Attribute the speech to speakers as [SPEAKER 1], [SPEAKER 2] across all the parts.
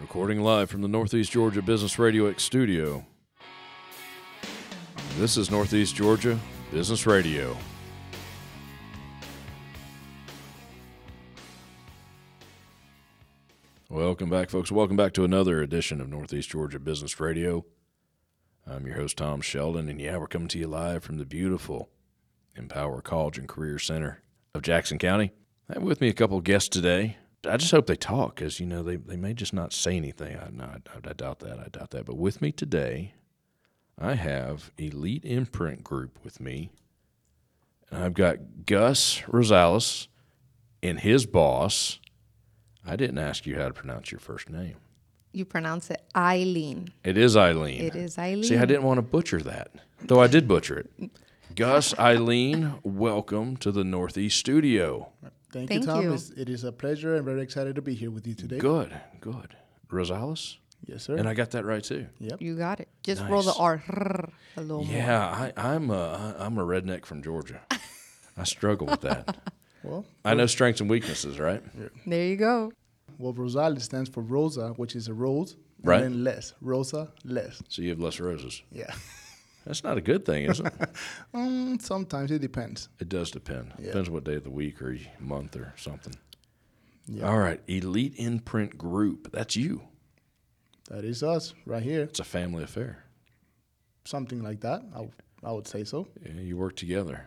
[SPEAKER 1] Recording live from the Northeast Georgia Business Radio X studio. This is Northeast Georgia Business Radio. Welcome back, folks. Welcome back to another edition of Northeast Georgia Business Radio. I'm your host, Tom Sheldon, and yeah, we're coming to you live from the beautiful Empower College and Career Center of Jackson County. I have with me a couple of guests today. I just hope they talk because, you know, they, they may just not say anything. I, no, I, I doubt that. I doubt that. But with me today, I have Elite Imprint Group with me. And I've got Gus Rosales and his boss. I didn't ask you how to pronounce your first name.
[SPEAKER 2] You pronounce it Eileen.
[SPEAKER 1] It is Eileen.
[SPEAKER 2] It is Eileen.
[SPEAKER 1] See, I didn't want to butcher that, though I did butcher it. Gus, Eileen, welcome to the Northeast Studio.
[SPEAKER 3] Thank,
[SPEAKER 2] Thank
[SPEAKER 3] you, Tom.
[SPEAKER 2] you.
[SPEAKER 3] It's, it is a pleasure. I'm very excited to be here with you today.
[SPEAKER 1] Good, good. Rosales?
[SPEAKER 3] Yes, sir.
[SPEAKER 1] And I got that right too.
[SPEAKER 3] yep.
[SPEAKER 2] You got it. Just roll the
[SPEAKER 1] Nice.
[SPEAKER 2] R a little more.
[SPEAKER 1] Yeah, I, I'm a, I'm a redneck from Georgia. I struggle with that.
[SPEAKER 3] Well,
[SPEAKER 1] I know strengths and weaknesses, right?
[SPEAKER 2] There you go.
[SPEAKER 3] well, Rosales stands for Rosa, which is a rose.
[SPEAKER 1] Right.
[SPEAKER 3] And then less. Rosa, less.
[SPEAKER 1] So you have less roses.
[SPEAKER 3] Yeah.
[SPEAKER 1] That's not a good thing, is it?
[SPEAKER 3] Mm, sometimes it depends.
[SPEAKER 1] It does depend.
[SPEAKER 3] Yeah.
[SPEAKER 1] Depends what day of the week or y- month or something.
[SPEAKER 3] Yeah.
[SPEAKER 1] All right, Elite Imprint Group. That's you.
[SPEAKER 3] That is us right here.
[SPEAKER 1] It's a family affair.
[SPEAKER 3] Something like that. I, w- I would say so.
[SPEAKER 1] Yeah, you work together.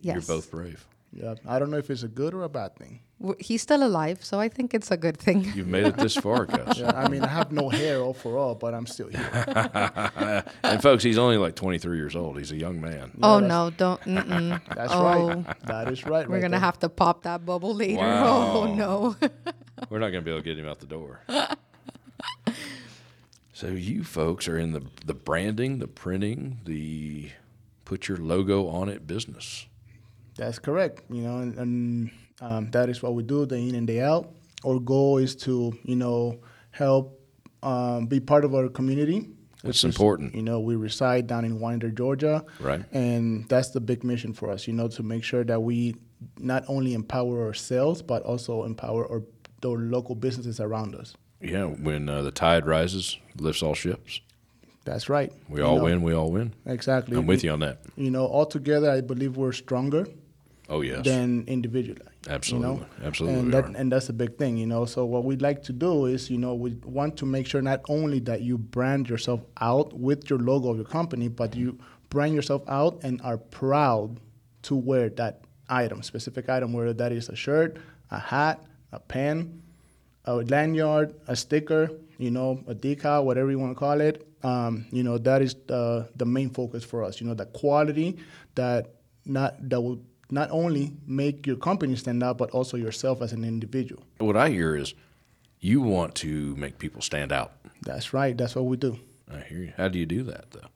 [SPEAKER 1] You're
[SPEAKER 2] Yes.
[SPEAKER 1] both brave.
[SPEAKER 3] Yeah. I don't know if it's a good or a bad thing.
[SPEAKER 2] W- He's still alive, so I think it's a good thing.
[SPEAKER 1] You've made it this far, Gus.
[SPEAKER 3] Yeah, I mean, I have no hair overall, but I'm still here.
[SPEAKER 1] And folks, he's only like 23 years old. He's a young man.
[SPEAKER 2] oh
[SPEAKER 3] that's-
[SPEAKER 2] no, don't. Mm-mm.
[SPEAKER 3] That's
[SPEAKER 2] oh,
[SPEAKER 3] right. That is right.
[SPEAKER 2] we're
[SPEAKER 3] right
[SPEAKER 2] gonna
[SPEAKER 3] there.
[SPEAKER 2] have to pop that bubble later.
[SPEAKER 1] Wow.
[SPEAKER 2] Oh no.
[SPEAKER 1] We're not going to be able to get him out the door. so you folks are in the the branding, the printing, the put your logo on it business.
[SPEAKER 3] That's correct. You know, and, and um, that is what we do day in and day out. Our goal is to, you know, help um, be part of our community.
[SPEAKER 1] That's
[SPEAKER 3] which is-
[SPEAKER 1] important.
[SPEAKER 3] You know, we reside down in Winder, Georgia.
[SPEAKER 1] Right.
[SPEAKER 3] And that's the big mission for us, you know, to make sure that we not only empower ourselves, but also empower our, our local businesses around us.
[SPEAKER 1] Yeah, when uh, the tide rises, lifts all ships.
[SPEAKER 3] That's right.
[SPEAKER 1] We
[SPEAKER 3] You
[SPEAKER 1] all
[SPEAKER 3] know,
[SPEAKER 1] win. We all win.
[SPEAKER 3] Exactly.
[SPEAKER 1] I'm with you on that.
[SPEAKER 3] You know, all together, I believe we're stronger
[SPEAKER 1] Oh yes,
[SPEAKER 3] than individually.
[SPEAKER 1] absolutely, absolutely. we
[SPEAKER 3] and
[SPEAKER 1] are.
[SPEAKER 3] that and that's a big thing you know so what we'd like to do is you know we want to make sure not only that you brand yourself out with your logo of your company but you brand yourself out and are proud to wear that item specific item whether that is a shirt a hat a pen a lanyard a sticker you know a decal whatever you want to call it um, you know that is the, the main focus for us you know the quality that not that will not only make your company stand out, but also yourself as an individual.
[SPEAKER 1] What I hear is you want to make people stand out.
[SPEAKER 3] That's right. That's what we do.
[SPEAKER 1] I hear you. How do you do that though?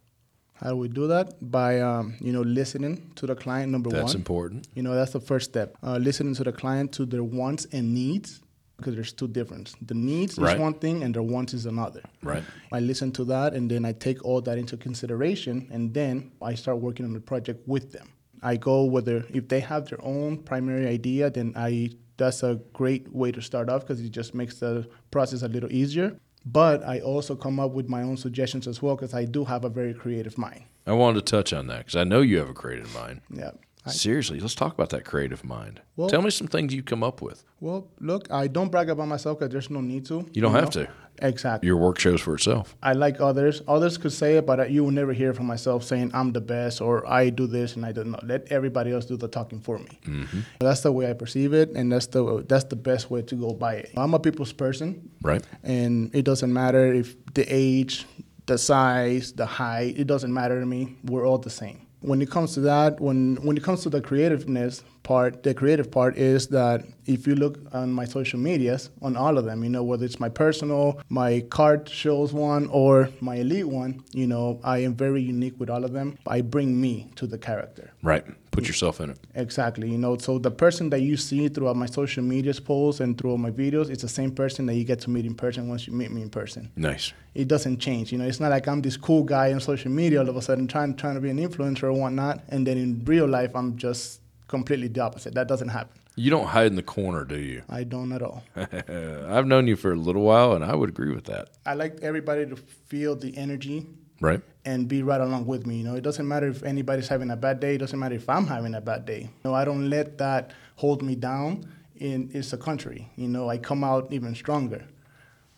[SPEAKER 3] How do we do that? By um, you know listening to the client. Number
[SPEAKER 1] That's
[SPEAKER 3] one.
[SPEAKER 1] important.
[SPEAKER 3] You know that's the first step. Uh, listening to the client to their wants and needs because there's two different. The needs
[SPEAKER 1] Right.
[SPEAKER 3] is one thing and their wants is another.
[SPEAKER 1] Right.
[SPEAKER 3] I listen to that and then I take all that into consideration and then I start working on the project with them. I go whether if they have their own primary idea, then I that's a great way to start off because it just makes the process a little easier. But I also come up with my own suggestions as well because I do have a very creative mind.
[SPEAKER 1] I wanted to touch on that because I know you have a creative mind.
[SPEAKER 3] Yeah.
[SPEAKER 1] Seriously, let's talk about that creative mind.
[SPEAKER 3] Well-
[SPEAKER 1] Tell me some things you come up with.
[SPEAKER 3] Well, look, I don't brag about myself because there's no need to.
[SPEAKER 1] You don't have to.
[SPEAKER 3] Exactly.
[SPEAKER 1] Your work shows for itself.
[SPEAKER 3] I like others. Others could say it, but you will never hear from myself saying I'm the best or I do this and I don't know. Let everybody else do the talking for me.
[SPEAKER 1] Mm-hmm.
[SPEAKER 3] That's the way I perceive it, and that's the that's the best way to go by it. I'm a people's person,
[SPEAKER 1] Right.
[SPEAKER 3] and it doesn't matter if the age, the size, the height. It doesn't matter to me. We're all the same. When it comes to that, when when it comes to the creativeness part, the creative part is that if you look on my social medias, on all of them, you know, whether it's my personal, my card shows one, or my elite one, you know, I am very unique with all of them. I bring me to the character.
[SPEAKER 1] Right. Put yourself in it.
[SPEAKER 3] Exactly. You know, so the person that you see throughout my social media's posts and throughout my videos, it's the same person that you get to meet in person once you meet me in person.
[SPEAKER 1] Nice.
[SPEAKER 3] It doesn't change. You know, it's not like I'm this cool guy on social media all of a sudden trying trying to be an influencer or whatnot, and then in real life I'm just completely the opposite. That doesn't happen.
[SPEAKER 1] You don't hide in the corner, do you? Uh,
[SPEAKER 3] I don't at all.
[SPEAKER 1] I've known you for a little while, and I would agree with that.
[SPEAKER 3] I like everybody to feel the energy
[SPEAKER 1] Right?
[SPEAKER 3] and be right along with me. You know, it doesn't matter if anybody's having a bad day. It doesn't matter if I'm having a bad day. No, I don't let that hold me down. In it's a country. You know, I come out even stronger.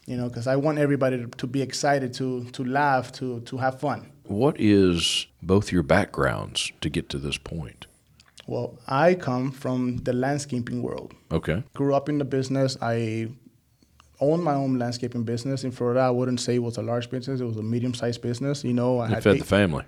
[SPEAKER 3] You know, because I want everybody to, to be excited, to to laugh, to to have fun.
[SPEAKER 1] What is both your backgrounds to get to this point?
[SPEAKER 3] Well, I come from the landscaping world.
[SPEAKER 1] Okay.
[SPEAKER 3] Grew up in the business. I owned my own landscaping business in Florida. I wouldn't say it was a large business; it was a medium-sized business. You know, I
[SPEAKER 1] You
[SPEAKER 3] had
[SPEAKER 1] fed
[SPEAKER 3] eight-
[SPEAKER 1] the family.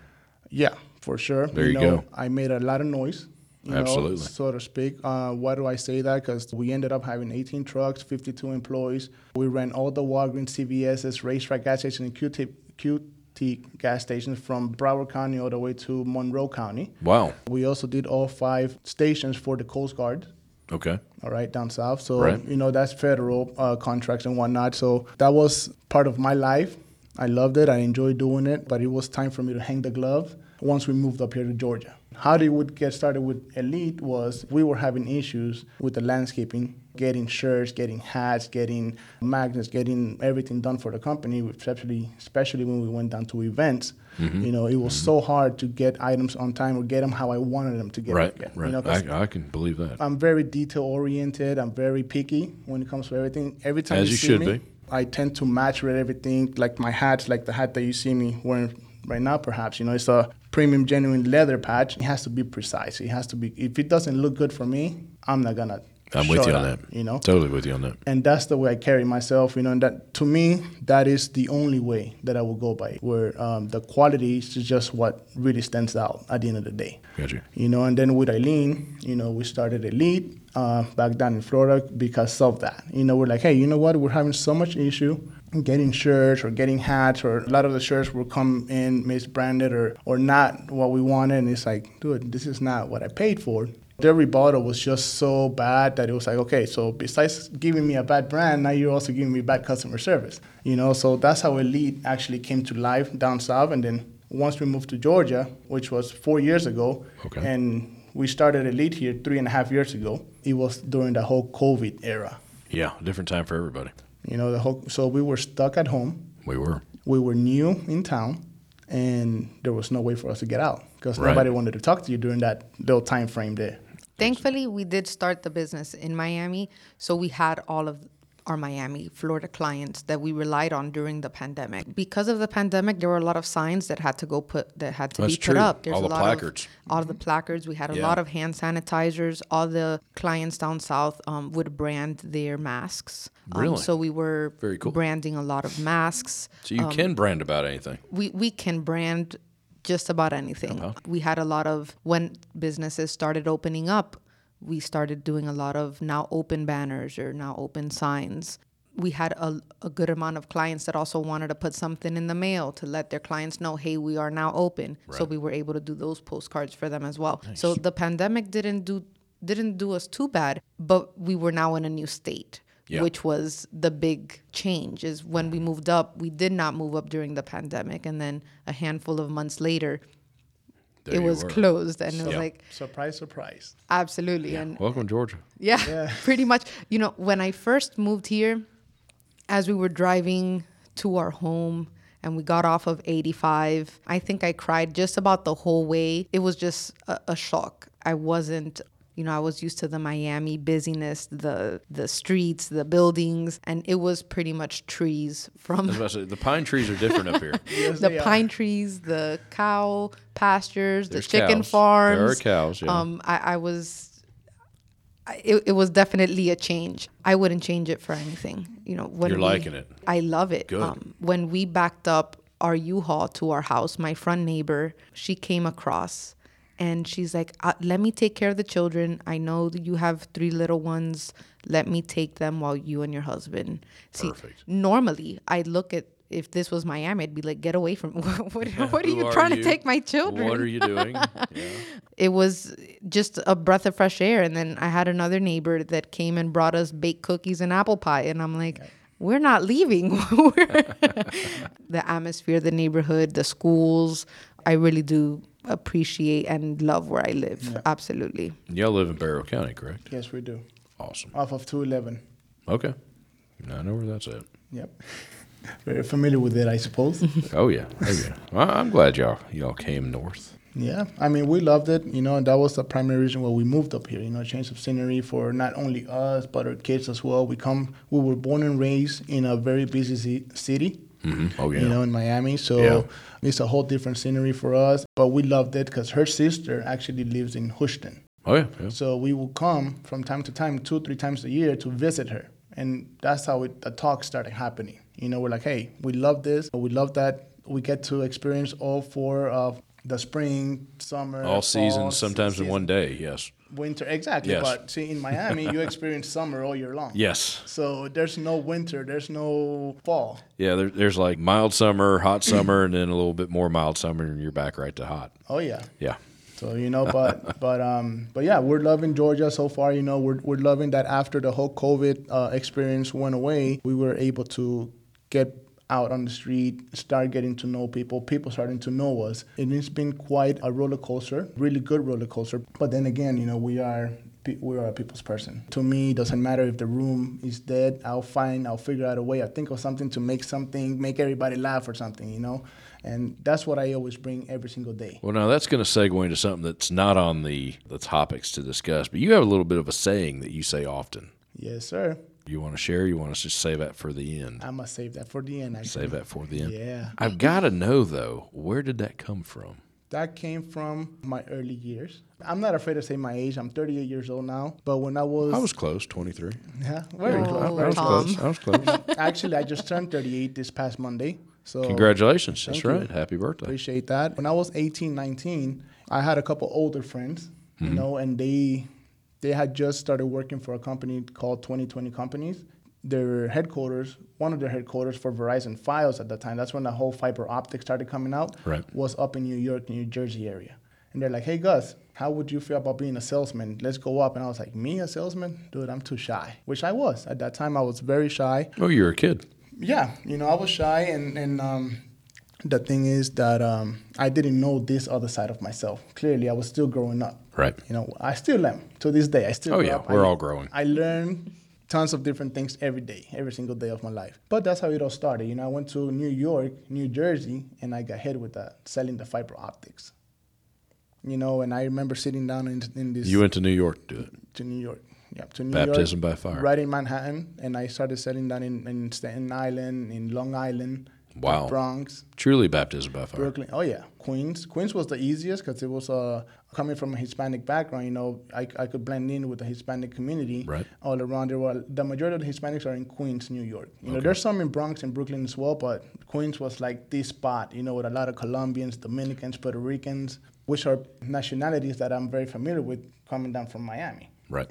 [SPEAKER 3] Yeah, for sure.
[SPEAKER 1] There you
[SPEAKER 3] know,
[SPEAKER 1] go.
[SPEAKER 3] I made a lot of noise. You
[SPEAKER 1] Absolutely.
[SPEAKER 3] Know, so to speak. Uh, why do I say that? Because we ended up having 18 trucks, 52 employees. We ran all the Walgreens, CVS's, racetrack gas station, and Q-tip, QT gas stations from Broward County all the way to Monroe County.
[SPEAKER 1] Wow.
[SPEAKER 3] We also did all five stations for the Coast Guard.
[SPEAKER 1] Okay.
[SPEAKER 3] All right, down south. So
[SPEAKER 1] Right.
[SPEAKER 3] you know that's federal uh, contracts and whatnot. So that was part of my life. I loved it. I enjoyed doing it, but it was time for me to hang the glove once we moved up here to Georgia. How they would get started with Elite was we were having issues with the landscaping, getting shirts, getting hats, getting magnets, getting everything done for the company, especially especially when we went down to events.
[SPEAKER 1] Mm-hmm.
[SPEAKER 3] You know, it was so hard to get items on time or get them how I wanted them to get
[SPEAKER 1] Right.
[SPEAKER 3] get, you
[SPEAKER 1] Right.
[SPEAKER 3] know, 'cause
[SPEAKER 1] I, I can believe that.
[SPEAKER 3] I'm very detail oriented. I'm very picky when it comes to everything. Every time
[SPEAKER 1] As
[SPEAKER 3] you,
[SPEAKER 1] you
[SPEAKER 3] see
[SPEAKER 1] should
[SPEAKER 3] me,
[SPEAKER 1] be.
[SPEAKER 3] I tend to match with everything. Like my hats, like the hat that you see me wearing right now, perhaps. You know, it's a premium genuine leather patch. It has to be precise. It has to be. If it doesn't look good for me, I'm not gonna.
[SPEAKER 1] I'm with
[SPEAKER 3] show
[SPEAKER 1] you on that.
[SPEAKER 3] You know.
[SPEAKER 1] Totally with you on that.
[SPEAKER 3] And that's the way I carry myself, you know. And that to me, that is the only way that I will go by. Where um, the quality is just what really stands out at the end of the day
[SPEAKER 1] Got you.
[SPEAKER 3] you know and then with eileen you know we started elite uh, back down in florida because of that you know we're like hey you know what we're having so much issue getting shirts or getting hats or a lot of the shirts will come in misbranded or or not what we wanted and it's like dude this is not what i paid for their rebuttal was just so bad that it was like, okay, so besides giving me a bad brand, now you're also giving me bad customer service. You know, so that's how Elite actually came to life down south. And then once we moved to Georgia, which was four years ago,
[SPEAKER 1] Okay.
[SPEAKER 3] and we started Elite here three and a half years ago, it was during the whole COVID era.
[SPEAKER 1] Yeah. Different time for everybody.
[SPEAKER 3] You know, the whole so we were stuck at home
[SPEAKER 1] We were.
[SPEAKER 3] we were new in town and there was no way for us to get out because
[SPEAKER 1] Right.
[SPEAKER 3] nobody wanted to talk to you during that little time frame there
[SPEAKER 2] Thankfully, we did start the business in Miami, so we had all of our Miami, Florida clients that we relied on during the pandemic. Because of the pandemic, there were a lot of signs that had to go put that had to
[SPEAKER 1] That's
[SPEAKER 2] be put
[SPEAKER 1] true.
[SPEAKER 2] up.
[SPEAKER 1] All the
[SPEAKER 2] a lot
[SPEAKER 1] placards. Mm-hmm.
[SPEAKER 2] Of, all the placards. We had a
[SPEAKER 1] Yeah.
[SPEAKER 2] lot of hand sanitizers. All the clients down south um, would brand their masks. Um,
[SPEAKER 1] Really?
[SPEAKER 2] so we were
[SPEAKER 1] Very cool.
[SPEAKER 2] branding a lot of masks
[SPEAKER 1] So you
[SPEAKER 2] Um,
[SPEAKER 1] can brand about anything.
[SPEAKER 2] we we can brand just about anything. We had a lot of when businesses started opening up, we started doing a lot of now open banners or now open signs. We had a, a good amount of clients that also wanted to put something in the mail to let their clients know, hey, we are now open. So we were able to do those postcards for them as well. So the pandemic didn't do didn't do us too bad, but we were now in a new state
[SPEAKER 1] Yeah.
[SPEAKER 2] which was the big change is when we moved up we did not move up during the pandemic and then a handful of months later
[SPEAKER 1] There
[SPEAKER 2] it
[SPEAKER 1] you
[SPEAKER 2] was
[SPEAKER 1] were.
[SPEAKER 2] closed and it was
[SPEAKER 1] Yeah.
[SPEAKER 2] like
[SPEAKER 3] surprise surprise
[SPEAKER 2] absolutely and
[SPEAKER 1] Welcome, Georgia.
[SPEAKER 2] yeah, pretty much you know when i first moved here as we were driving to our home and we got off of 85 i think i cried just about the whole way it was just a, a shock i wasn't you know i was used to the miami busyness the the streets the buildings and it was pretty much trees from
[SPEAKER 1] I was about to say, the pine trees are different up here.
[SPEAKER 2] the pine trees, the cow pastures,
[SPEAKER 1] There's
[SPEAKER 2] the chicken
[SPEAKER 1] cows.
[SPEAKER 2] farms.
[SPEAKER 1] There are cows, yeah.
[SPEAKER 2] Um, I, I was, I, it, it was definitely a change. I wouldn't change it for anything. You know, when
[SPEAKER 1] You're
[SPEAKER 2] we-
[SPEAKER 1] liking it.
[SPEAKER 2] I love it. Um,
[SPEAKER 1] Good.
[SPEAKER 2] when we backed up our U-Haul to our house, my front neighbor, she came across. And she's like, uh, let me take care of the children. I know that you have three little ones. Let me take them while you and your husband. See,
[SPEAKER 1] Perfect.
[SPEAKER 2] normally I'd look at if this was Miami, I'd be like, get away from what, what, what are
[SPEAKER 1] Who
[SPEAKER 2] you trying
[SPEAKER 1] you?
[SPEAKER 2] to take my children?
[SPEAKER 1] What are you doing? Yeah.
[SPEAKER 2] it was just a breath of fresh air. And then I had another neighbor that came and brought us baked cookies and apple pie. And I'm like, we're not leaving. We're- the atmosphere, the neighborhood, the schools. I really do appreciate and love where I live. Absolutely.
[SPEAKER 1] Y'all live in Barrow County, correct?
[SPEAKER 3] Yes, we do.
[SPEAKER 1] Awesome.
[SPEAKER 3] Off of 211.
[SPEAKER 1] Okay. Now I know where that's at.
[SPEAKER 3] Yep. Very familiar with it, I suppose.
[SPEAKER 1] Oh yeah. Oh yeah. well, I'm glad y'all y'all came north.
[SPEAKER 3] yeah. I mean, we loved it, you know, and that was the primary reason why we moved up here, you know, change of scenery for not only us, but our kids as well. We come, we were born and raised in a very busy ci- city.
[SPEAKER 1] Mhm. Oh yeah.
[SPEAKER 3] you know, in Miami. So
[SPEAKER 1] Yeah.
[SPEAKER 3] it's a whole different scenery for us. But we loved it because her sister actually lives in Houston.
[SPEAKER 1] oh yeah. yeah.
[SPEAKER 3] So we will come from time to time, two, three times a year to visit her. And that's how it, the talk started happening. You know, we're like, hey, we love this, we love that. We get to experience all four of the spring, summer,
[SPEAKER 1] All
[SPEAKER 3] fall,
[SPEAKER 1] seasons, sometimes in
[SPEAKER 3] season-
[SPEAKER 1] one day. Yes.
[SPEAKER 3] winter. Exactly.
[SPEAKER 1] Yes.
[SPEAKER 3] But see, in Miami, you experience summer all year long.
[SPEAKER 1] Yes.
[SPEAKER 3] So there's no winter, there's no fall.
[SPEAKER 1] Yeah. There, there's like mild summer, hot summer, and then a little bit more mild summer, and you're back right to hot.
[SPEAKER 3] Oh, yeah.
[SPEAKER 1] Yeah.
[SPEAKER 3] So you know, but but um, but yeah, we're loving Georgia so far. You know, we're we're loving that after the whole COVID uh, experience went away, we were able to get out on the street, start getting to know people, people starting to know us. And it's been quite a roller coaster, really good roller coaster. But then again, you know, we are pe- we are a people's person. To me, it doesn't matter if the room is dead. I'll find, I'll figure out a way. I think of something to make something, make everybody laugh or something, you know. And that's what I always bring every single day.
[SPEAKER 1] Well, now that's going to segue into something that's not on the the topics to discuss, but you have a little bit of a saying that you say often.
[SPEAKER 3] Yes, sir.
[SPEAKER 1] You want to share? You want us to save that for the end?
[SPEAKER 3] I'm gonna save that for the end. Actually.
[SPEAKER 1] Save that for the end.
[SPEAKER 3] Yeah,
[SPEAKER 1] I've got to know though, where did that come from?
[SPEAKER 3] that came from my early years. I'm not afraid to say my age. I'm 38 years old now. But when I was,
[SPEAKER 1] I was close, 23.
[SPEAKER 3] yeah, very
[SPEAKER 2] Oh,
[SPEAKER 3] close.
[SPEAKER 1] I, I was
[SPEAKER 2] Tom.
[SPEAKER 1] close. I was close.
[SPEAKER 3] Actually, I just turned 38 this past Monday. So
[SPEAKER 1] Congratulations. That's
[SPEAKER 3] Thank you.
[SPEAKER 1] right. Happy birthday.
[SPEAKER 3] Appreciate that. When I was 18, 19, I had a couple older friends, you know, and they they had just started working for a company called 2020 Companies. Their headquarters, one of their headquarters for Verizon Files at the time, that's when the whole fiber optic started coming out,
[SPEAKER 1] Right.
[SPEAKER 3] was up in New York, New Jersey area. And they're like, hey, Gus, how would you feel about being a salesman? Let's go up. And I was like, me, a salesman? Dude, I'm too shy, which I was. At that time, I was very shy
[SPEAKER 1] Oh, you're a kid.
[SPEAKER 3] yeah, you know, I was shy, and and um, the thing is that um, I didn't know this other side of myself. Clearly, I was still growing up.
[SPEAKER 1] Right.
[SPEAKER 3] You know, I still am to this day. I still.
[SPEAKER 1] Oh,
[SPEAKER 3] grow
[SPEAKER 1] yeah,
[SPEAKER 3] up.
[SPEAKER 1] we're
[SPEAKER 3] I-
[SPEAKER 1] all growing.
[SPEAKER 3] I learn tons of different things every day, every single day of my life. But that's how it all started. You know, I went to New York, New Jersey, and I got hit with that selling the fiber optics. You know, and I remember sitting down in, in this
[SPEAKER 1] You went to New York to do it.
[SPEAKER 3] to New York. Yeah, to New
[SPEAKER 1] Baptism by
[SPEAKER 3] York,
[SPEAKER 1] fire.
[SPEAKER 3] Right in Manhattan, and I started selling that in, in Staten Island, in Long Island,
[SPEAKER 1] Wow.
[SPEAKER 3] the Bronx,
[SPEAKER 1] Truly baptism by fire.
[SPEAKER 3] Brooklyn. Oh yeah, Queens. Queens was the easiest because it was uh, coming from a Hispanic background. You know, I, I could blend in with the Hispanic community
[SPEAKER 1] Right.
[SPEAKER 3] all around there. Well, the majority of the Hispanics are in Queens, New York. You know, there's some in Bronx and Brooklyn as well, but Queens was like this spot. You know, with a lot of Colombians, Dominicans, Puerto Ricans, which are nationalities that I'm very familiar with coming down from Miami
[SPEAKER 1] Right.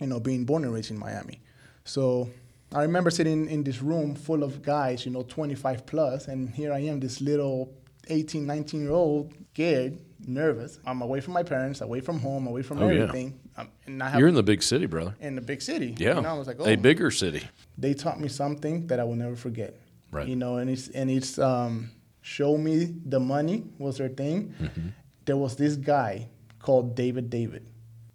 [SPEAKER 3] you know, being born and raised in Miami. So I remember sitting in this room full of guys, you know, 25 plus, and here I am, this little 18, 19 year old, scared, nervous. I'm away from my parents, away from home, away from
[SPEAKER 1] Oh, yeah.
[SPEAKER 3] everything. Um, and I have
[SPEAKER 1] You're in the big city, brother.
[SPEAKER 3] in the big city.
[SPEAKER 1] Yeah.
[SPEAKER 3] And I was like, oh,
[SPEAKER 1] A bigger city.
[SPEAKER 3] they taught me something that I will never forget.
[SPEAKER 1] Right.
[SPEAKER 3] You know, and it's and it's um, show me the money was their thing. There was this guy called David David.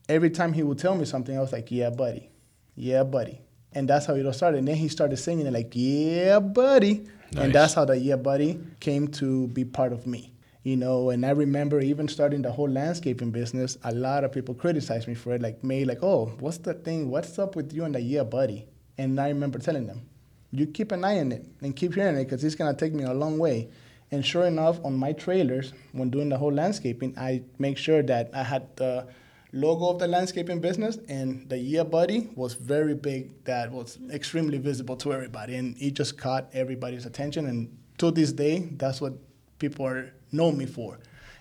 [SPEAKER 3] Every time he would tell me something, I was like, "Yeah, buddy, yeah, buddy," and that's how it all started. And then he started singing it like, "Yeah, buddy,"
[SPEAKER 1] Nice.
[SPEAKER 3] and that's how the "Yeah, buddy" came to be part of me. You know, and I remember even starting the whole landscaping business. A lot of people criticized me for it, like me, like, "Oh, what's the thing? What's up with you and the yeah, buddy?" And I remember telling them, you keep an eye on it and keep hearing it because it's going to take me a long way. And sure enough, on my trailers, when doing the whole landscaping, I make sure that I had the logo of the landscaping business and the year buddy was very big that was extremely visible to everybody and it just caught everybody's attention and to this day that's what people are know me for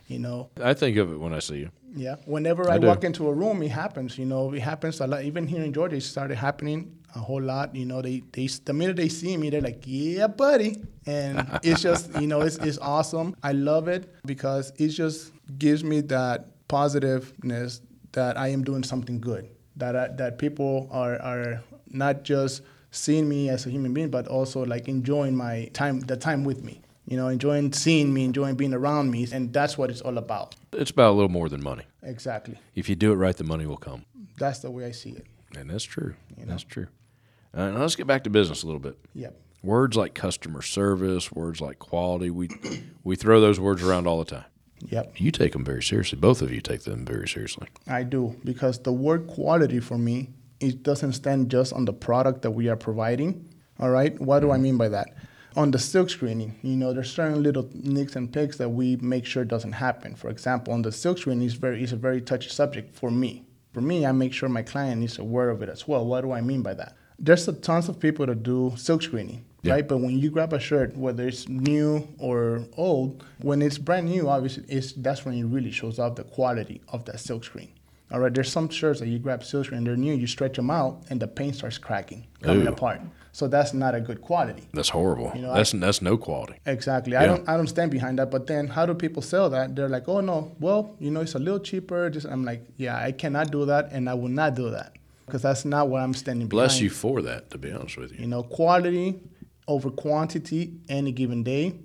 [SPEAKER 3] you know
[SPEAKER 1] I think of it when I see you.
[SPEAKER 3] yeah. Whenever
[SPEAKER 1] I
[SPEAKER 3] I,
[SPEAKER 1] do.
[SPEAKER 3] walk into a room, it happens. You know, it happens a lot. Even here in Georgia, it started happening a whole lot. You know, they, they the minute they see me, they're like, "Yeah, buddy," and it's just you know, it's it's awesome. I love it because it just gives me that positiveness that I am doing something good. That I, that people are are not just seeing me as a human being, but also like enjoying my time, the time with me. you know, enjoying seeing me, enjoying being around me. And that's what it's all about.
[SPEAKER 1] It's about a little more than money.
[SPEAKER 3] Exactly.
[SPEAKER 1] If you do it right, the money will come.
[SPEAKER 3] That's the way I see it.
[SPEAKER 1] And that's true. That's true. Uh, now let's get back to business a little bit.
[SPEAKER 3] Yep.
[SPEAKER 1] Words like customer service, words like quality, we we throw those words around all the time.
[SPEAKER 3] Yep.
[SPEAKER 1] You take them very seriously. Both of you take them very seriously.
[SPEAKER 3] I do because the word quality for me it doesn't stand just on the product that we are providing. All right, what do I mean by that? On the silk screening, you know, there's certain little nicks and picks that we make sure doesn't happen. For example, on the silk screening is very is a very touchy subject for me. For me, I make sure my client is aware of it as well. What do I mean by that? There's a tons of people that do silk screening,
[SPEAKER 1] Yeah.
[SPEAKER 3] right? But when you grab a shirt, whether it's new or old, when it's brand new, obviously, it's, that's when it really shows off the quality of that silk screen. All right, there's some shirts that you grab silk screen, they're new, you stretch them out, and the paint starts cracking, coming
[SPEAKER 1] Ooh.
[SPEAKER 3] apart. So that's not a good quality.
[SPEAKER 1] That's horrible.
[SPEAKER 3] know,
[SPEAKER 1] that's that's no quality.
[SPEAKER 3] Exactly.
[SPEAKER 1] Yeah.
[SPEAKER 3] I don't I don't stand behind that. But then how do people sell that? They're like, oh no, well, you know, it's a little cheaper. Just I'm like, yeah, I cannot do that and I will not do that. Because that's not what I'm standing behind.
[SPEAKER 1] Bless you for that, to be honest with you.
[SPEAKER 3] You know, quality over quantity any given day.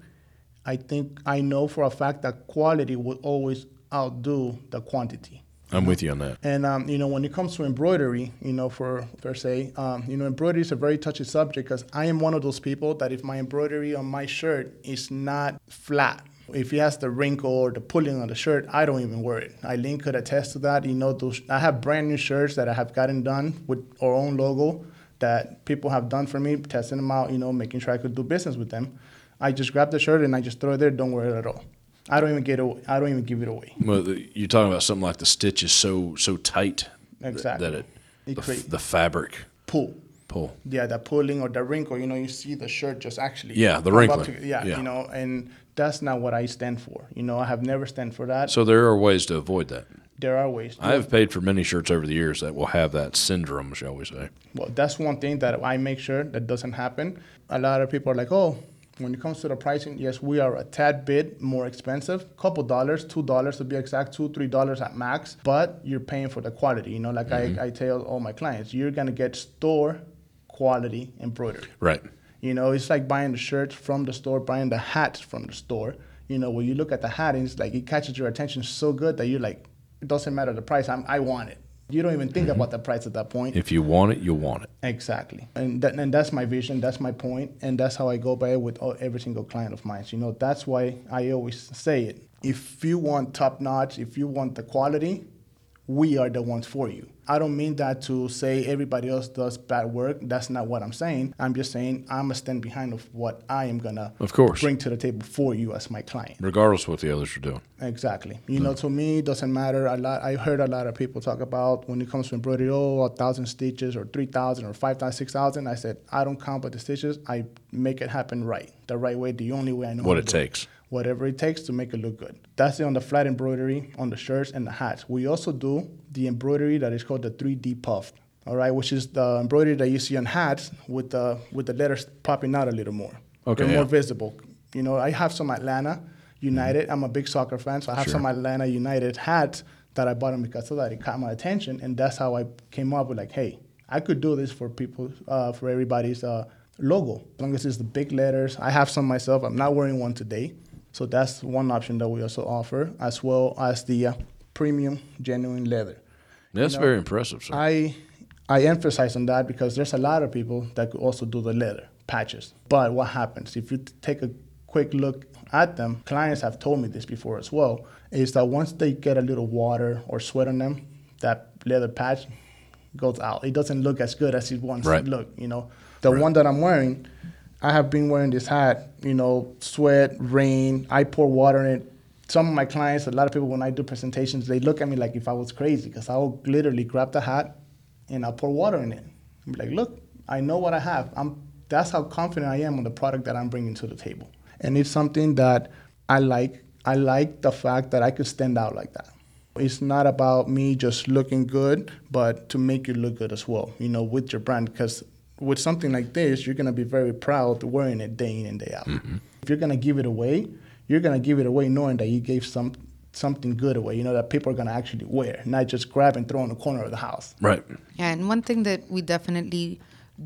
[SPEAKER 3] I think I know for a fact that quality will always outdo the quantity.
[SPEAKER 1] I'm with you on that.
[SPEAKER 3] And um, you know, when it comes to embroidery, you know, for per se, um, you know, embroidery is a very touchy subject because I am one of those people that if my embroidery on my shirt is not flat, if it has the wrinkle or the pulling on the shirt, I don't even wear it. Eileen could attest to that. You know, those I have brand new shirts that I have gotten done with our own logo that people have done for me, testing them out, you know, making sure I could do business with them. I just grab the shirt and I just throw it there. Don't wear it at all. I don't even get. Away, I don't even give it away.
[SPEAKER 1] Well, the- you're talking about something like the stitch is so so tight th-
[SPEAKER 3] Exactly.
[SPEAKER 1] that it,
[SPEAKER 3] It
[SPEAKER 1] the, f-
[SPEAKER 3] create-
[SPEAKER 1] the fabric
[SPEAKER 3] Pull.
[SPEAKER 1] pull.
[SPEAKER 3] yeah, the pulling or the wrinkle, you know, you see the shirt just actually
[SPEAKER 1] Yeah, the
[SPEAKER 3] pop up
[SPEAKER 1] wrinkling.
[SPEAKER 3] to- yeah,
[SPEAKER 1] Yeah.
[SPEAKER 3] you know, and that's not what I stand for. You know, I have never stand for that.
[SPEAKER 1] So there are ways to avoid that.
[SPEAKER 3] there are ways. To,
[SPEAKER 1] I have paid for many shirts over the years that will have that syndrome, shall we say?
[SPEAKER 3] well, that's one thing that I make sure that doesn't happen. A lot of people are like, oh, when it comes to the pricing, yes, we are a tad bit more expensive, couple dollars, two dollars to be exact, two, three dollars at max, but you're paying for the quality. You know, like
[SPEAKER 1] Mm-hmm.
[SPEAKER 3] I, I tell all my clients, you're gonna get store quality embroidery.
[SPEAKER 1] Right.
[SPEAKER 3] You know, it's like buying the shirts from the store, buying the hats from the store. You know, when you look at the hat, and it's like it catches your attention so good that you're like, it doesn't matter the price. I'm, I want it. You don't even think about the price at that point.
[SPEAKER 1] If you want it, you'll want it.
[SPEAKER 3] Exactly, and that, and that's my vision. That's my point, and that's how I go by it with all, every single client of mine. You know, that's why I always say it. If you want top notch, if you want the quality, we are the ones for you. I don't mean that to say everybody else does bad work. That's not what I'm saying. I'm just saying I'm gonna stand behind of what I am gonna
[SPEAKER 1] Of course.
[SPEAKER 3] bring to the table for you as my client.
[SPEAKER 1] Regardless of what the others are doing.
[SPEAKER 3] Exactly. You
[SPEAKER 1] Hmm.
[SPEAKER 3] know, to me, it doesn't matter. A lot. I heard a lot of people talk about when it comes to embroidery, oh, a thousand stitches or three thousand or five thousand, six thousand. I said I don't count by the stitches. I make it happen right, the right way, the only way I know.
[SPEAKER 1] What
[SPEAKER 3] how
[SPEAKER 1] it
[SPEAKER 3] to do
[SPEAKER 1] takes.
[SPEAKER 3] Whatever it takes to make it look good. That's it on the flat embroidery, on the shirts and the hats. We also do the embroidery that is called the 3D puff. All right, which is the embroidery that you see on hats with the with the letters popping out a little more.
[SPEAKER 1] Okay,
[SPEAKER 3] They're
[SPEAKER 1] yeah.
[SPEAKER 3] more visible. You know, I have some Atlanta United. I'm a big soccer fan, so I have some Atlanta United hats that I bought them because of that. It caught my attention, and that's how I came up with like, hey, I could do this for people, uh, for everybody's uh, logo, as long as it's the big letters. I have some myself. I'm not wearing one today, so that's one option that we also offer, as well as the uh, premium genuine leather.
[SPEAKER 1] That's very impressive, sir.
[SPEAKER 3] I I emphasize on that because there's a lot of people that could also do the leather patches. But what happens if you t- take a quick look at them? Clients have told me this before as well. Is that once they get a little water or sweat on them, that leather patch goes out. It doesn't look as good as it once
[SPEAKER 1] Right.
[SPEAKER 3] looked. You know, the one that I'm wearing, I have been wearing this hat. You know, sweat, rain. I pour water in it some of my clients, a lot of people, when I do presentations, they look at me like if I was crazy because I will literally grab the hat and I'll pour water in it. I'm like, look, I know what I have. I'm, that's how confident I am on the product that I'm bringing to the table. And it's something that I like. I like the fact that I could stand out like that. It's not about me just looking good, but to make you look good as well, you know, with your brand. Because with something like this, you're going to be very proud wearing it day in and day out.
[SPEAKER 1] Mm-hmm.
[SPEAKER 3] If you're going to give it away, you're going to give it away knowing that you gave some something good away, you know, that people are going to actually wear, not just grab and throw in the corner of the house.
[SPEAKER 1] right.
[SPEAKER 2] Yeah, and one thing that we definitely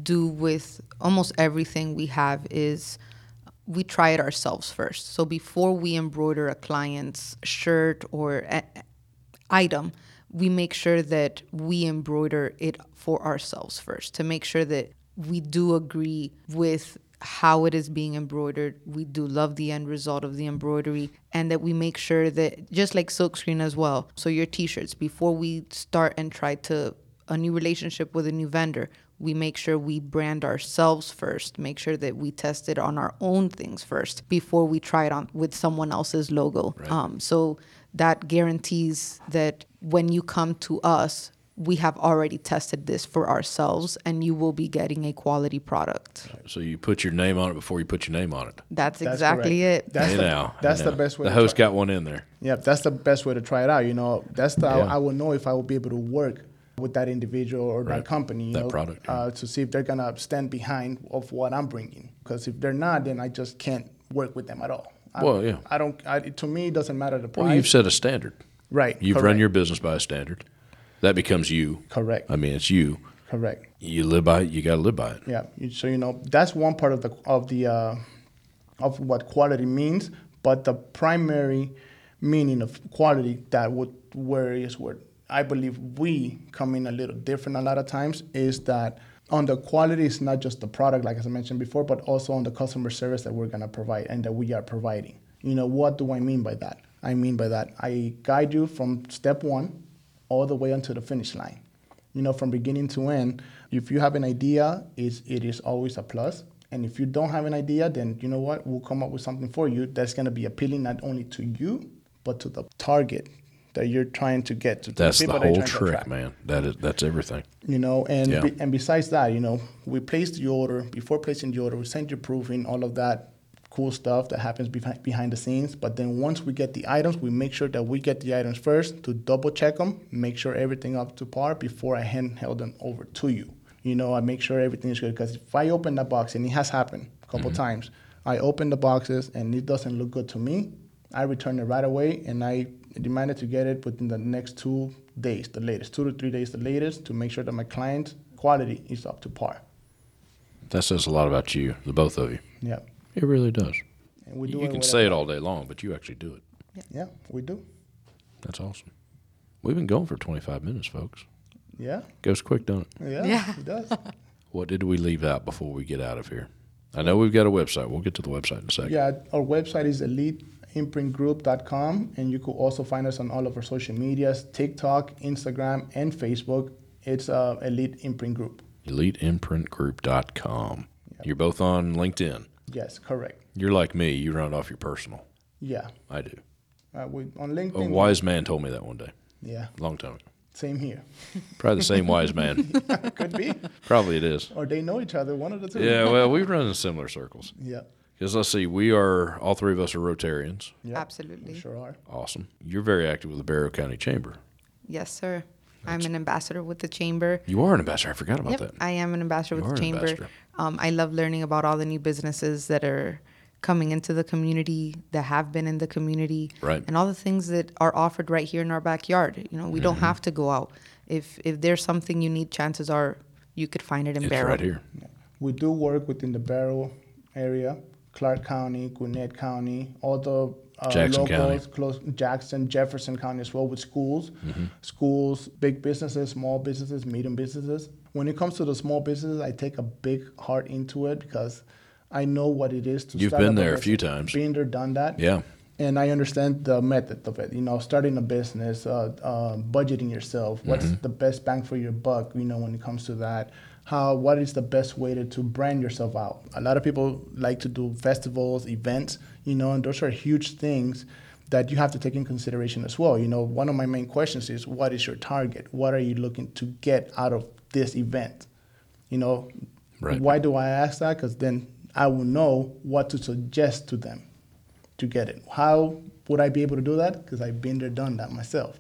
[SPEAKER 2] do with almost everything we have is we try it ourselves first. So before we embroider a client's shirt or a- item, we make sure that we embroider it for ourselves first to make sure that we do agree with how it is being embroidered. We do love the end result of the embroidery and that we make sure that just like silkscreen as well. So your t-shirts before we start and try to a new relationship with a new vendor, we make sure we brand ourselves first, make sure that we test it on our own things first before we try it on with someone else's logo. Um, so that guarantees that when you come to us, we have already tested this for ourselves and you will be getting a quality product.
[SPEAKER 1] So you put your name on it before you put your name on it.
[SPEAKER 2] That's, exactly
[SPEAKER 3] correct.
[SPEAKER 2] it.
[SPEAKER 3] That's
[SPEAKER 1] Hey
[SPEAKER 3] the,
[SPEAKER 1] now, hey
[SPEAKER 3] that's the
[SPEAKER 1] now.
[SPEAKER 3] best way.
[SPEAKER 1] The
[SPEAKER 3] to
[SPEAKER 1] host
[SPEAKER 3] try.
[SPEAKER 1] got one in there.
[SPEAKER 3] Yeah, that's the best way to try it out. You know, that's the
[SPEAKER 1] Yeah.
[SPEAKER 3] I will know if I will be able to work with that individual or
[SPEAKER 1] Right.
[SPEAKER 3] that company. You
[SPEAKER 1] That
[SPEAKER 3] know,
[SPEAKER 1] product, yeah.
[SPEAKER 3] uh, to see if they're gonna stand behind of what I'm bringing. Because if they're not, then I just can't work with them at all. I,
[SPEAKER 1] Well, yeah.
[SPEAKER 3] I don't. I, to me, it doesn't matter the price.
[SPEAKER 1] Well, you've set a standard.
[SPEAKER 3] right.
[SPEAKER 1] You've
[SPEAKER 3] correct,
[SPEAKER 1] run your business by a standard. That becomes you.
[SPEAKER 3] correct.
[SPEAKER 1] I mean, it's you.
[SPEAKER 3] correct.
[SPEAKER 1] You live by it. You got to live by it.
[SPEAKER 3] Yeah. you- So you know that's one part of the of the uh, of what quality means, but the primary meaning of quality that would where is where I believe we come in a little different a lot of times is that on the quality it's not just the product like as I mentioned before, but also on the customer service that we're gonna provide and that we are providing. You know what do I mean by that? I mean by that I guide you from step one all the way until the finish line you know from beginning to end if you have an idea it's, it is always a plus and if you don't have an idea then you know what we'll come up with something for you that's going to be appealing not only to you but to the target that you're trying to get to to
[SPEAKER 1] That's the
[SPEAKER 3] people that you're
[SPEAKER 1] whole
[SPEAKER 3] trying to
[SPEAKER 1] trick,
[SPEAKER 3] attract,
[SPEAKER 1] man. That is that's everything.
[SPEAKER 3] you know and
[SPEAKER 1] Yeah.
[SPEAKER 3] be, and besides that you know we place the order before placing the order we send you proofing all of that cool stuff that happens behind, behind the scenes but then once we get the items we make sure that we get the items first to double check them make sure everything up to par before i hand held them over to you you know i make sure everything is good because if i open the box and it has happened a couple times i open the boxes and it doesn't look good to me i return it right away and i demanded to get it within the next two days the latest two to three days the latest to make sure that my client's quality is up to par
[SPEAKER 1] That says a lot about you, the both of you.
[SPEAKER 3] yeah
[SPEAKER 1] It really does.
[SPEAKER 3] and we
[SPEAKER 1] you
[SPEAKER 3] it
[SPEAKER 1] can
[SPEAKER 3] with-
[SPEAKER 1] say it all day long, but you actually do it.
[SPEAKER 3] yeah we do
[SPEAKER 1] That's awesome. We've been going for 25 minutes, folks.
[SPEAKER 3] yeah
[SPEAKER 1] Goes quick, don't it?
[SPEAKER 3] Yeah,
[SPEAKER 2] Yeah.
[SPEAKER 3] it does.
[SPEAKER 1] What did we leave out before we get out of here? I know we've got a website. We'll get to the website in a second.
[SPEAKER 3] yeah, our website is eliteimprintgroup.com, and you could also find us on all of our social medias TikTok, Instagram, and Facebook. It's uh, Elite Imprint Group.
[SPEAKER 1] EliteImprintGroup.com. You're both on LinkedIn.
[SPEAKER 3] Yes, correct.
[SPEAKER 1] You're like me. You run it off your personal.
[SPEAKER 3] Yeah,
[SPEAKER 1] I do.
[SPEAKER 3] uh, we, on
[SPEAKER 1] A
[SPEAKER 3] LinkedIn.
[SPEAKER 1] wise man told me that one day,
[SPEAKER 3] Yeah,
[SPEAKER 1] long time ago.
[SPEAKER 3] same here.
[SPEAKER 1] Probably the same wise man.
[SPEAKER 3] Could be,
[SPEAKER 1] Probably it is.
[SPEAKER 3] or they know each other, one of the two.
[SPEAKER 1] Yeah, well, we run in similar circles.
[SPEAKER 3] yeah,
[SPEAKER 1] Because let's see, we are, all three of us are Rotarians.
[SPEAKER 3] yeah.
[SPEAKER 2] Absolutely.
[SPEAKER 3] We sure are.
[SPEAKER 1] Awesome. You're very active with the Barrow County Chamber.
[SPEAKER 2] Yes, sir. I'm an ambassador with the chamber.
[SPEAKER 1] You are an ambassador. I forgot about
[SPEAKER 2] Yep,
[SPEAKER 1] that.
[SPEAKER 2] I am an ambassador
[SPEAKER 1] You
[SPEAKER 2] with
[SPEAKER 1] are
[SPEAKER 2] the
[SPEAKER 1] an
[SPEAKER 2] chamber.
[SPEAKER 1] ambassador.
[SPEAKER 2] Um, I love learning about all the new businesses that are coming into the community, that have been in the community,
[SPEAKER 1] Right.
[SPEAKER 2] and all the things that are offered right here in our backyard. You know, we
[SPEAKER 1] Mm-hmm.
[SPEAKER 2] don't have to go out. If if there's something you need, chances are you could find it in
[SPEAKER 1] It's
[SPEAKER 2] Barrow.
[SPEAKER 1] right here.
[SPEAKER 3] We do work within the Barrow area, Clark County, Gwinnett County, all the uh,
[SPEAKER 1] Jackson
[SPEAKER 3] locals, close Jackson, Jefferson County as well with schools,
[SPEAKER 1] Mm-hmm.
[SPEAKER 3] schools, big businesses, small businesses, medium businesses. When it comes to the small businesses, I take a big heart into it because I know what it is to.
[SPEAKER 1] You've
[SPEAKER 3] start
[SPEAKER 1] been
[SPEAKER 3] up
[SPEAKER 1] there a few
[SPEAKER 3] business.
[SPEAKER 1] times.
[SPEAKER 3] Been there, done that.
[SPEAKER 1] Yeah.
[SPEAKER 3] And I understand the method of it. You know, starting a business, uh, uh, budgeting yourself. What's the best bang for your buck? You know, when it comes to that, how what is the best way to, to brand yourself out? A lot of people like to do festivals, events. You know, and those are huge things that you have to take in consideration as well. You know, one of my main questions is, what is your target? What are you looking to get out of this event? You know,
[SPEAKER 1] Right.
[SPEAKER 3] why do I ask that? Because then I will know what to suggest to them to get it. How would I be able to do that? Because I've been there, done that myself.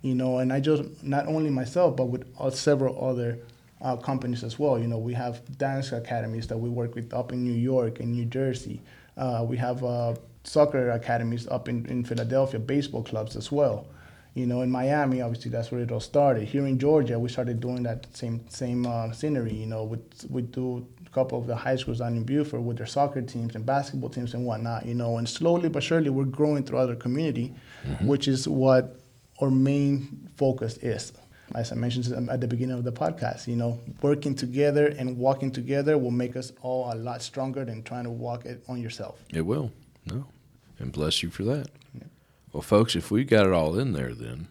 [SPEAKER 3] You know, and I just not only myself, but with all, several other uh, companies as well. You know, we have dance academies that we work with up in New York and New Jersey. Uh, we have uh, soccer academies up in, in Philadelphia, baseball clubs as well. You know, in Miami, obviously that's where it all started. Here in Georgia, we started doing that same same uh, scenery. You know, with we do couple of the high schools down in Beaufort with their soccer teams and basketball teams and whatnot, you know. And slowly but surely, we're growing throughout our community, which is what our main focus is. As I mentioned at the beginning of the podcast, you know, working together and walking together will make us all a lot stronger than trying to walk it on yourself.
[SPEAKER 1] It will. No. And bless you for that. Well, folks, if we got it all in there, then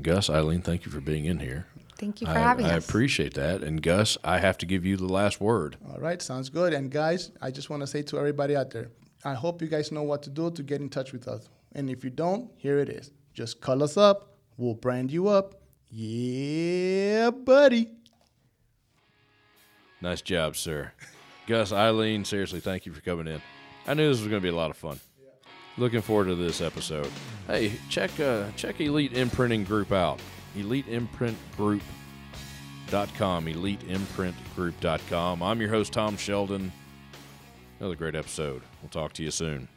[SPEAKER 1] Gus, Eileen, thank you for being in here.
[SPEAKER 2] Thank you for
[SPEAKER 1] I,
[SPEAKER 2] having
[SPEAKER 1] I
[SPEAKER 2] us.
[SPEAKER 1] appreciate that. And Gus, I have to give you the last word.
[SPEAKER 3] All right, sounds good. And guys, I just want to say to everybody out there, I hope you guys know what to do to get in touch with us. And if you don't, here it is. Just call us up. We'll brand you up. Yeah, buddy.
[SPEAKER 1] Nice job, sir. Gus, Eileen, seriously, thank you for coming in. I knew this was going to be a lot of fun. Looking forward to this episode. Hey, check uh, check Elite Imprinting Group out. EliteImprintGroup.com. EliteImprintGroup.com. I'm your host, Tom Sheldon. Another great episode. We'll talk to you soon.